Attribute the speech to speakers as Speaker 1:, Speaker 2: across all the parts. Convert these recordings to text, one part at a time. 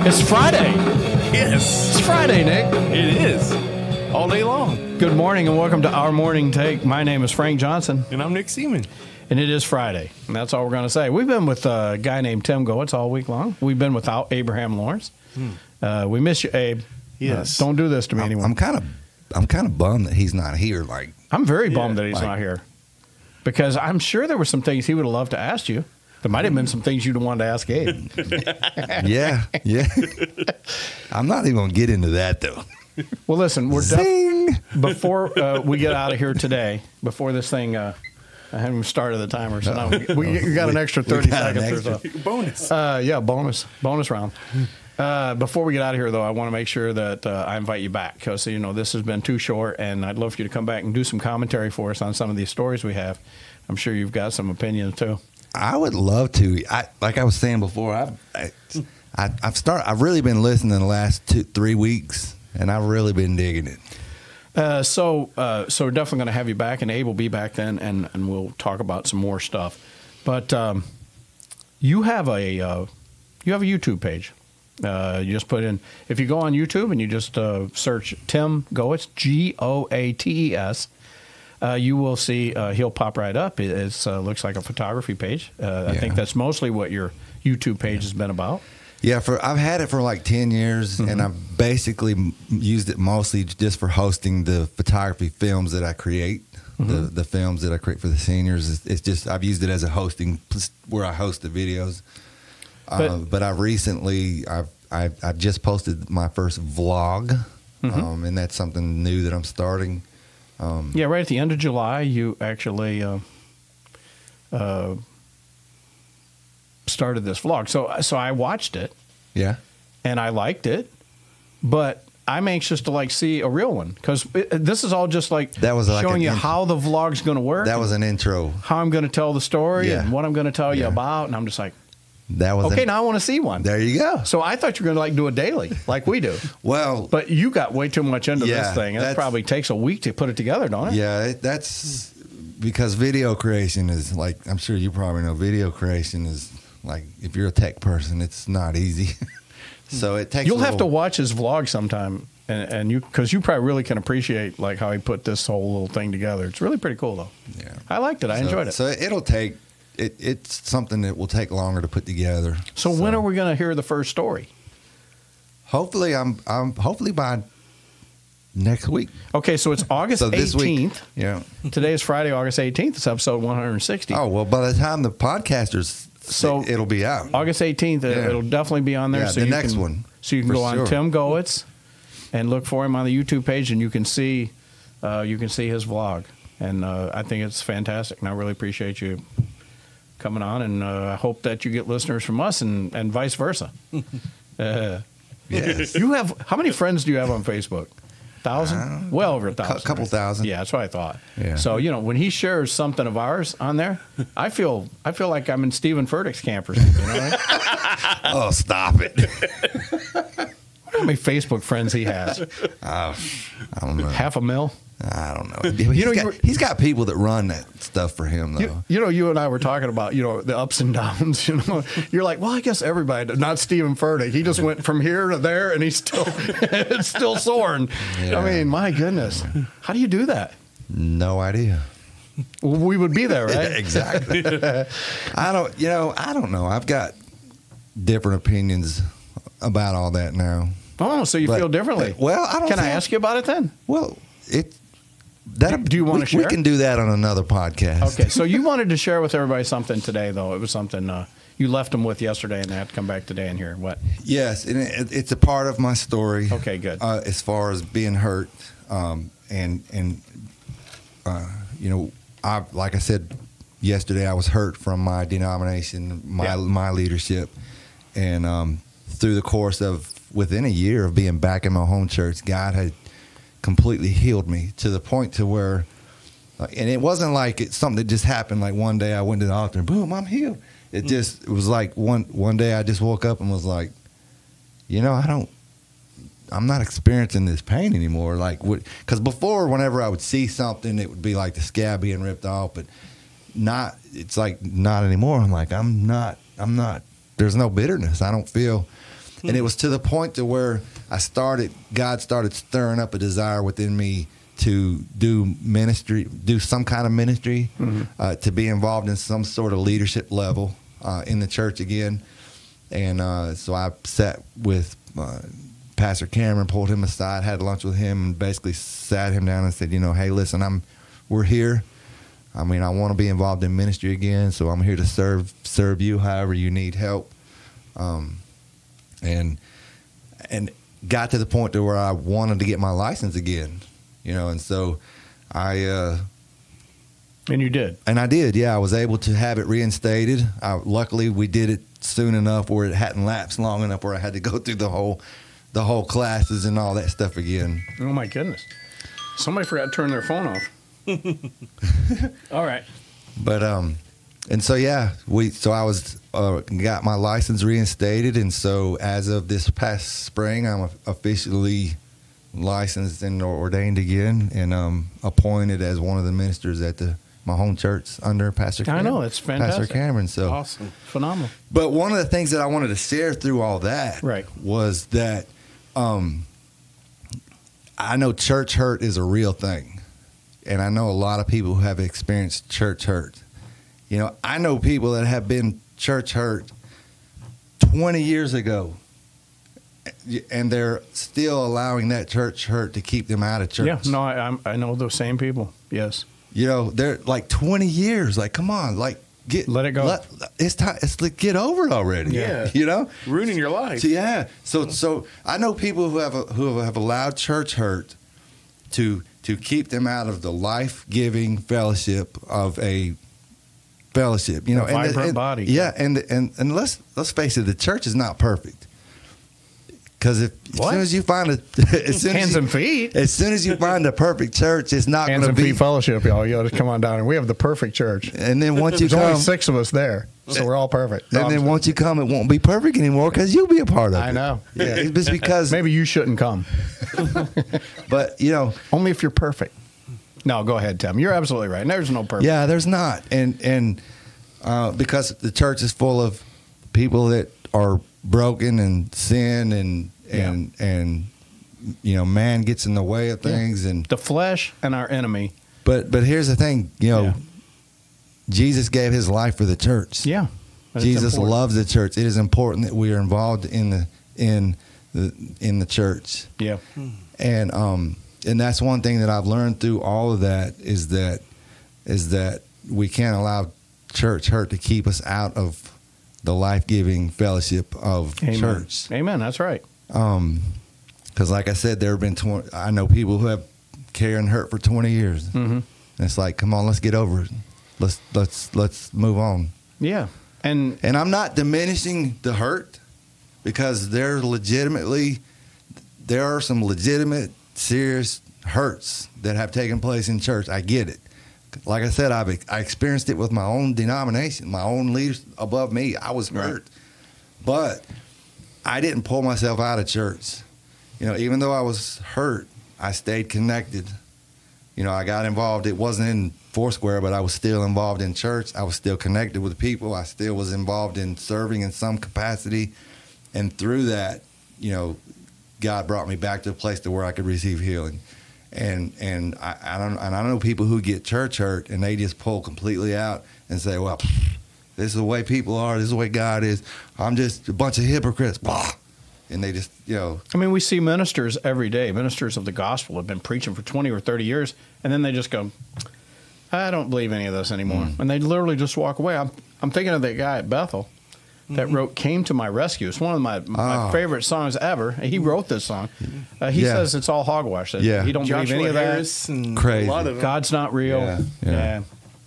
Speaker 1: Friday.
Speaker 2: Yes,
Speaker 1: It's Friday, Nick.
Speaker 2: it is. All day long.
Speaker 1: Good morning and welcome to our morning take. My name is Frank Johnson,
Speaker 2: And I'm Nick Seaman.
Speaker 1: and it is Friday. And that's all we're going to say. We've been with a guy named Tim Goetz all week long. We've been without Abraham Lawrence. Uh, we miss you, Abe.
Speaker 2: Yes.
Speaker 1: Uh, don't do this to me
Speaker 3: Hmm. I'm-
Speaker 1: anymore.
Speaker 3: I'm
Speaker 1: I'm,
Speaker 3: kind of, I'm kind of bummed that he's not here. Like,
Speaker 1: very bummed
Speaker 2: Yeah,
Speaker 1: that he's
Speaker 3: like-
Speaker 1: not here because I'm sure there were some things he would have loved to ask you. There might have been some things you'd have wanted to ask Abe.
Speaker 3: yeah, yeah. I'm not even gonna get into that though.
Speaker 1: Well, listen, we're def-
Speaker 3: Zing.
Speaker 1: before uh, we get out of here today, before this thing, uh, I haven't even started the timer, so now we, we, we got an extra
Speaker 3: We
Speaker 1: 30
Speaker 3: got an
Speaker 1: seconds or
Speaker 3: extra.
Speaker 1: so.
Speaker 2: Bonus.
Speaker 1: Uh, yeah, bonus, bonus round. Uh, before we get out of here, though, I want to make sure that uh, I invite you back because you know this has been too short, and I'd love for you to come back and do some commentary for us on some of these stories we have. I'm sure you've got some opinions too.
Speaker 3: I would love to. I like I was saying before. I, I, I I've start. I've really been listening the last two, three weeks, and I've really been digging it.
Speaker 1: Uh, so, uh, so we're definitely going to have you back, and Abe will be back then, and and we'll talk about some more stuff. But um, you have a uh, you have a YouTube page. Uh, you just put in if you go on YouTube and you just uh, search Tim Goetz G O A T E S. Uh, you will see uh, he'll pop right up. It it's, uh, looks like a photography page. Uh, I
Speaker 3: Yeah.
Speaker 1: think that's mostly what your YouTube page has been about.
Speaker 3: Yeah, for I've had it for like ten years, and I've basically m- used it mostly just for hosting the photography films that I create. The, the films that I create for the seniors, it's, it's just I've used it as a hosting pl- where I host the videos. But, uh,
Speaker 1: But-
Speaker 3: but I recently I've, I've I've just posted my first vlog, um, and that's something new that I'm starting.
Speaker 1: Yeah, right at the end of July, you actually uh, uh, started this vlog. So, so I watched it
Speaker 3: Yeah,
Speaker 1: and I liked it, but I'm anxious to like see a real one because this is all just like
Speaker 3: That was like
Speaker 1: showing
Speaker 3: an
Speaker 1: you
Speaker 3: in-
Speaker 1: how the vlog's going to work.
Speaker 3: that was an intro.
Speaker 1: how I'm going to tell the story
Speaker 3: Yeah.
Speaker 1: and what I'm going to tell you
Speaker 3: Yeah.
Speaker 1: about, and I'm just like,
Speaker 3: That was
Speaker 1: okay,
Speaker 3: an-
Speaker 1: now I want to see one.
Speaker 3: there you go.
Speaker 1: So I thought you were going to like do a daily like we do,
Speaker 3: Well,
Speaker 1: but you got way too much into
Speaker 3: Yeah,
Speaker 1: this thing. and It
Speaker 3: that's-
Speaker 1: probably takes a week to put it together, don't it?
Speaker 3: Yeah, it, that's because video creation is like I'm sure you probably know video creation is like if you're a tech person, it's not easy. so it takes. a
Speaker 1: You'll have to
Speaker 3: little-
Speaker 1: watch his vlog sometime, and, and you because you probably really can appreciate like how he put this whole little thing together. It's really pretty cool though.
Speaker 3: Yeah.
Speaker 1: I liked it. I
Speaker 3: so,
Speaker 1: enjoyed it. So,
Speaker 3: So it'll take. It, it's something that will take longer to put together.
Speaker 1: when are we going to hear the first story?
Speaker 3: Hopefully, I'm. I'm hopefully by next week.
Speaker 1: Okay, so it's August
Speaker 3: So this week.
Speaker 1: eighteenth.
Speaker 3: Yeah.
Speaker 1: Today is Friday, August eighteenth. It's episode one hundred and sixty.
Speaker 3: Oh well, by the time the podcasters,
Speaker 1: So-
Speaker 3: so it'll be out.
Speaker 1: August eighteenth. uh,
Speaker 3: Yeah.
Speaker 1: It'll definitely be on there.
Speaker 3: Yeah,
Speaker 1: so
Speaker 3: the
Speaker 1: you
Speaker 3: next
Speaker 1: can-
Speaker 3: one,
Speaker 1: So you can
Speaker 3: for
Speaker 1: go on
Speaker 3: sure.
Speaker 1: Tim Goetz and look for him on the YouTube page, and you can see uh, you can see his vlog. And uh, I think it's fantastic, and I really appreciate you coming on. And uh, I hope that you get listeners from us, and and vice versa. uh,
Speaker 3: Yes.
Speaker 1: you have how many friends do you have on Facebook? Thousand, well over a thousand,
Speaker 3: Uh, couple
Speaker 1: right?
Speaker 3: thousand.
Speaker 1: Yeah, that's what I thought.
Speaker 3: Yeah.
Speaker 1: So you know, when he shares something of ours on there, I feel I feel like I'm in Stephen Furtick's camp or something. You know?
Speaker 3: oh, stop it!
Speaker 1: How many Facebook friends he has?
Speaker 3: I don't know.
Speaker 1: Half a mil.
Speaker 3: I don't know. He's
Speaker 1: know, you
Speaker 3: got,
Speaker 1: were-
Speaker 3: he's got people that run that stuff for him though.
Speaker 1: You, you know, you and I were talking about you know the ups and downs. You know, you're like, well, I guess everybody. does." Not Stephen Furtick. He just went from here to there, and he's still it's still soaring.
Speaker 3: Yeah.
Speaker 1: I mean, my goodness, how do you do that?
Speaker 3: No idea.
Speaker 1: Well, we would be there, right?
Speaker 3: exactly. I don't. You know, I don't know. I've got different opinions about all that now.
Speaker 1: Oh, so you
Speaker 3: But-
Speaker 1: feel differently?
Speaker 3: Well, I don't.
Speaker 1: Can I
Speaker 3: feel-
Speaker 1: ask you about it then?
Speaker 3: Well, it. That
Speaker 1: Do you wanna
Speaker 3: we-
Speaker 1: share?
Speaker 3: We can do that on another podcast.
Speaker 1: Okay, so you wanted to share with everybody something today, though. It was something uh, you left them with yesterday, and they had to come back today and hear what.
Speaker 3: Yes, and it, it's a part of my story.
Speaker 1: Okay, good.
Speaker 3: Uh, as far as being hurt, um, and and uh, you know, I like I said yesterday, I was hurt from my denomination, my
Speaker 1: Yeah.
Speaker 3: my leadership, and um, through the course of within a year of being back in my home church, God had completely healed me to the point to where. Like, and it wasn't like it's something that just happened. Like one day I went to the altar and boom, I'm healed.
Speaker 1: Mm.
Speaker 3: It just it was like one one day I just woke up and was like, you know, I don't, I'm not experiencing this pain anymore. Like, what? Because before, whenever I would see something, it would be like the scab being ripped off, but not. It's like not anymore. I'm like, I'm not. I'm not. There's no bitterness. I don't feel. And it was to the point to where I started, God started stirring up a desire within me to do ministry, do some kind of ministry, uh, to be involved in some sort of leadership level uh, in the church again. And uh, so I sat with uh, Pastor Cameron, pulled him aside, had lunch with him, and basically sat him down and said, you know, hey, listen, I'm, we're here. I mean, I want to be involved in ministry again, so I'm here to serve serve you however you need help. Um, and and got to the point to where I wanted to get my license again, you know, and so I uh,
Speaker 1: And you did.
Speaker 3: and I did. Yeah, I was able to have it reinstated. I, luckily, we did it soon enough where it hadn't lapsed long enough where I had to go through the whole the whole classes and all that stuff again.
Speaker 1: Oh my goodness. Somebody forgot to turn their phone off. All right.
Speaker 3: But um, and so yeah, we so I was uh, got my license reinstated, and so as of this past spring, I'm officially licensed and ordained again, and um, appointed as one of the ministers at the my home church under Pastor.
Speaker 1: I
Speaker 3: Cameron,
Speaker 1: know, that's
Speaker 3: Pastor
Speaker 1: fantastic.
Speaker 3: Cameron. So
Speaker 1: Awesome. Phenomenal.
Speaker 3: but one of the things that I wanted to share through all that
Speaker 1: Right.
Speaker 3: was that um, I know church hurt is a real thing. And I know a lot of people who have experienced church hurt. You know, I know people that have been church hurt 20 years ago. And they're still allowing that church hurt to keep them out of church.
Speaker 1: Yeah. No, I, I'm, I know those same people. Yes.
Speaker 3: You know, they're like 20 years. Like, come on, like, get
Speaker 1: Let it go.
Speaker 3: it's time. It's like, get over it already.
Speaker 2: Yeah.
Speaker 3: You know?
Speaker 2: Ruining your life.
Speaker 3: So, yeah. So so I know people who have who have allowed church hurt to to keep them out of the life giving fellowship of a fellowship. You know,
Speaker 1: A vibrant body.
Speaker 3: Yeah, and and and let's let's face it, the church is not perfect. Because if as
Speaker 1: What?
Speaker 3: soon as you find a as soon as
Speaker 1: Hands
Speaker 3: you,
Speaker 1: and feet.
Speaker 3: as soon as you find the perfect church, it's not going
Speaker 1: Hands
Speaker 3: to
Speaker 1: and
Speaker 3: be.
Speaker 1: Feet Fellowship, y'all. Y'all just come on down. And we have the perfect church.
Speaker 3: And then once you
Speaker 1: There's
Speaker 3: come,
Speaker 1: only six of us there, so we're all perfect. No,
Speaker 3: and
Speaker 1: I'm-
Speaker 3: then once you come, it won't be perfect anymore because you'll be a part of it.
Speaker 1: I know.
Speaker 3: Yeah, it's just because.
Speaker 1: maybe you shouldn't come.
Speaker 3: But you know,
Speaker 1: Only if you're perfect. No, go ahead, Tim. You're absolutely right. There's no perfect.
Speaker 3: Yeah, there's not, and and uh, because the church is full of people that are broken and sin and and and you know, man gets in the way of things, and
Speaker 1: The flesh and our enemy.
Speaker 3: but but here's the thing, you know,
Speaker 1: Yeah.
Speaker 3: Jesus gave His life for the church.
Speaker 1: Yeah. That's
Speaker 3: Jesus
Speaker 1: important.
Speaker 3: loves the church. It is important that we are involved in the in the in the church
Speaker 1: Yeah.
Speaker 3: and um and that's one thing that I've learned through all of that is that is that we can't allow church hurt to keep us out of the life giving fellowship of
Speaker 1: Amen.
Speaker 3: church.
Speaker 1: Amen. That's right.
Speaker 3: Um, because like I said, there have been twenty. I know people who have carrying hurt for twenty years, and it's like, come on, let's get over it. Let's let's let's move on.
Speaker 1: Yeah. And
Speaker 3: And I'm not diminishing the hurt because there legitimately there are some legitimate serious hurts that have taken place in church. I get it. Like I said, I've I experienced it with my own denomination, my own leaders above me. I was
Speaker 1: Right.
Speaker 3: hurt, but I didn't pull myself out of church. You know, even though I was hurt, I stayed connected. You know, I got involved. It wasn't in Foursquare, but I was still involved in church. I was still connected with people. I still was involved in serving in some capacity. And through that, you know, God brought me back to a place to where I could receive healing. And and I, I don't and I know people who get church hurt and they just pull completely out and say, Well, this is the way people are, this is the way God is. I'm just a bunch of hypocrites. Blah. And they just, you know,
Speaker 1: I mean, we see ministers every day, ministers of the gospel have been preaching for 20 or 30 years, and then they just go, I don't believe any of this anymore.
Speaker 3: Mm.
Speaker 1: And they literally just walk away. I'm, I'm thinking of that guy at Bethel that
Speaker 2: Mm-hmm.
Speaker 1: wrote Came to My Rescue. It's one of my, my
Speaker 3: Oh.
Speaker 1: favorite songs ever. He wrote this song. Uh, he
Speaker 3: Mm. Yeah.
Speaker 1: says it's all hogwash. That
Speaker 3: Yeah.
Speaker 1: He don't
Speaker 2: Joshua
Speaker 1: believe any of that.
Speaker 2: Harris uh-huh. and
Speaker 3: Crazy.
Speaker 2: a lot of them.
Speaker 1: God's not real.
Speaker 3: Yeah,
Speaker 1: Yeah,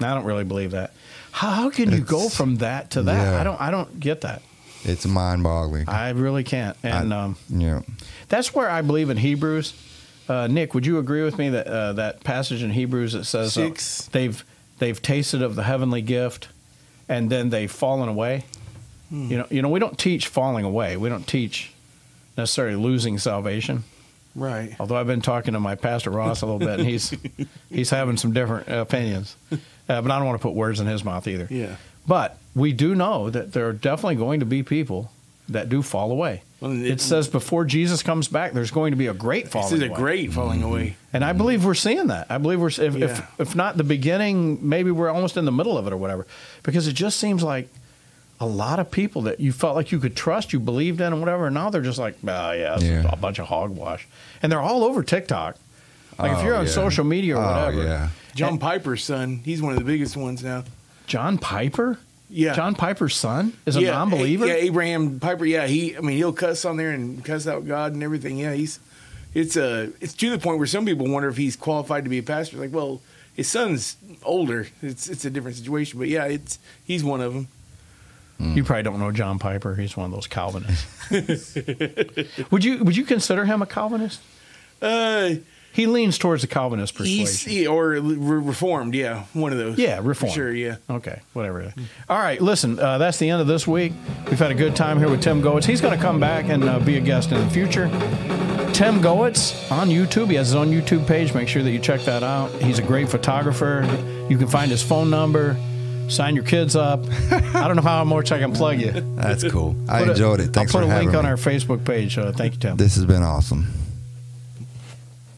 Speaker 3: yeah.
Speaker 1: I don't really believe that. How, how can you go
Speaker 3: It's-
Speaker 1: from that to that?
Speaker 3: yeah.
Speaker 1: I don't. I don't get that.
Speaker 3: it's mind boggling.
Speaker 1: I really can't. And um,
Speaker 3: Yeah.
Speaker 1: that's where I believe in Hebrews. Uh, Nick, would you agree with me that uh, that passage in Hebrews that says uh,
Speaker 2: Six.
Speaker 1: they've they've tasted of the heavenly gift, and then they've fallen away?
Speaker 2: Hmm.
Speaker 1: You know, you know, we don't teach falling away. We don't teach necessarily losing salvation.
Speaker 2: Right.
Speaker 1: Although I've been talking to my pastor Ross a little bit, and he's he's having some different opinions, uh, but I don't want to put words in his mouth either.
Speaker 2: Yeah.
Speaker 1: But we do know that there are definitely going to be people that do fall away.
Speaker 2: Well,
Speaker 1: It says before Jesus comes back, there's going to be a great
Speaker 2: This
Speaker 1: falling
Speaker 2: is a
Speaker 1: away.
Speaker 2: great falling away.
Speaker 1: And I believe we're seeing that. I believe we're if,
Speaker 2: Yeah.
Speaker 1: if if not the beginning, maybe we're almost in the middle of it or whatever. Because it just seems like a lot of people that you felt like you could trust, you believed in, and whatever, and now they're just like, ah, yeah, it's
Speaker 3: Yeah.
Speaker 1: a bunch of hogwash, and they're all over TikTok. Like if
Speaker 3: Oh,
Speaker 1: you're on
Speaker 3: yeah.
Speaker 1: social media or
Speaker 3: Oh,
Speaker 1: whatever,
Speaker 3: yeah.
Speaker 2: John Piper's son. He's one of the biggest ones now.
Speaker 1: John Piper,
Speaker 2: Yeah.
Speaker 1: John Piper's son is a
Speaker 2: yeah,
Speaker 1: non-believer.
Speaker 2: A- yeah, Abraham Piper. Yeah, he. I mean, he'll cuss on there and cuss out God and everything. Yeah, he's. It's uh, it's to the point where some people wonder if he's qualified to be a pastor. Like, well, his son's older. It's it's a different situation. But yeah, it's he's one of them.
Speaker 1: You probably don't know John Piper. He's one of those Calvinists. would you would you consider him a Calvinist?
Speaker 2: Uh,
Speaker 1: He leans towards the Calvinist
Speaker 2: he's
Speaker 1: persuasion.
Speaker 2: yeah, or re- reformed. Yeah, one of those.
Speaker 1: Yeah,
Speaker 2: For
Speaker 1: reformed.
Speaker 2: Sure. Yeah.
Speaker 1: Okay, whatever. it is. All right, listen, uh, that's the end of this week. We've had a good time here with Tim Goetz. He's going to come back and uh, be a guest in the future. Tim Goetz on YouTube. He has his own YouTube page. Make sure that you check that out. He's a great photographer. You can find his phone number. Sign your kids up. I don't know how much I can plug you.
Speaker 3: That's cool. I
Speaker 1: Put a-
Speaker 3: enjoyed it. Thanks
Speaker 1: I'll put
Speaker 3: for
Speaker 1: a
Speaker 3: having
Speaker 1: link on
Speaker 3: me.
Speaker 1: our Facebook page. Uh, thank you, Tim.
Speaker 3: This has been awesome.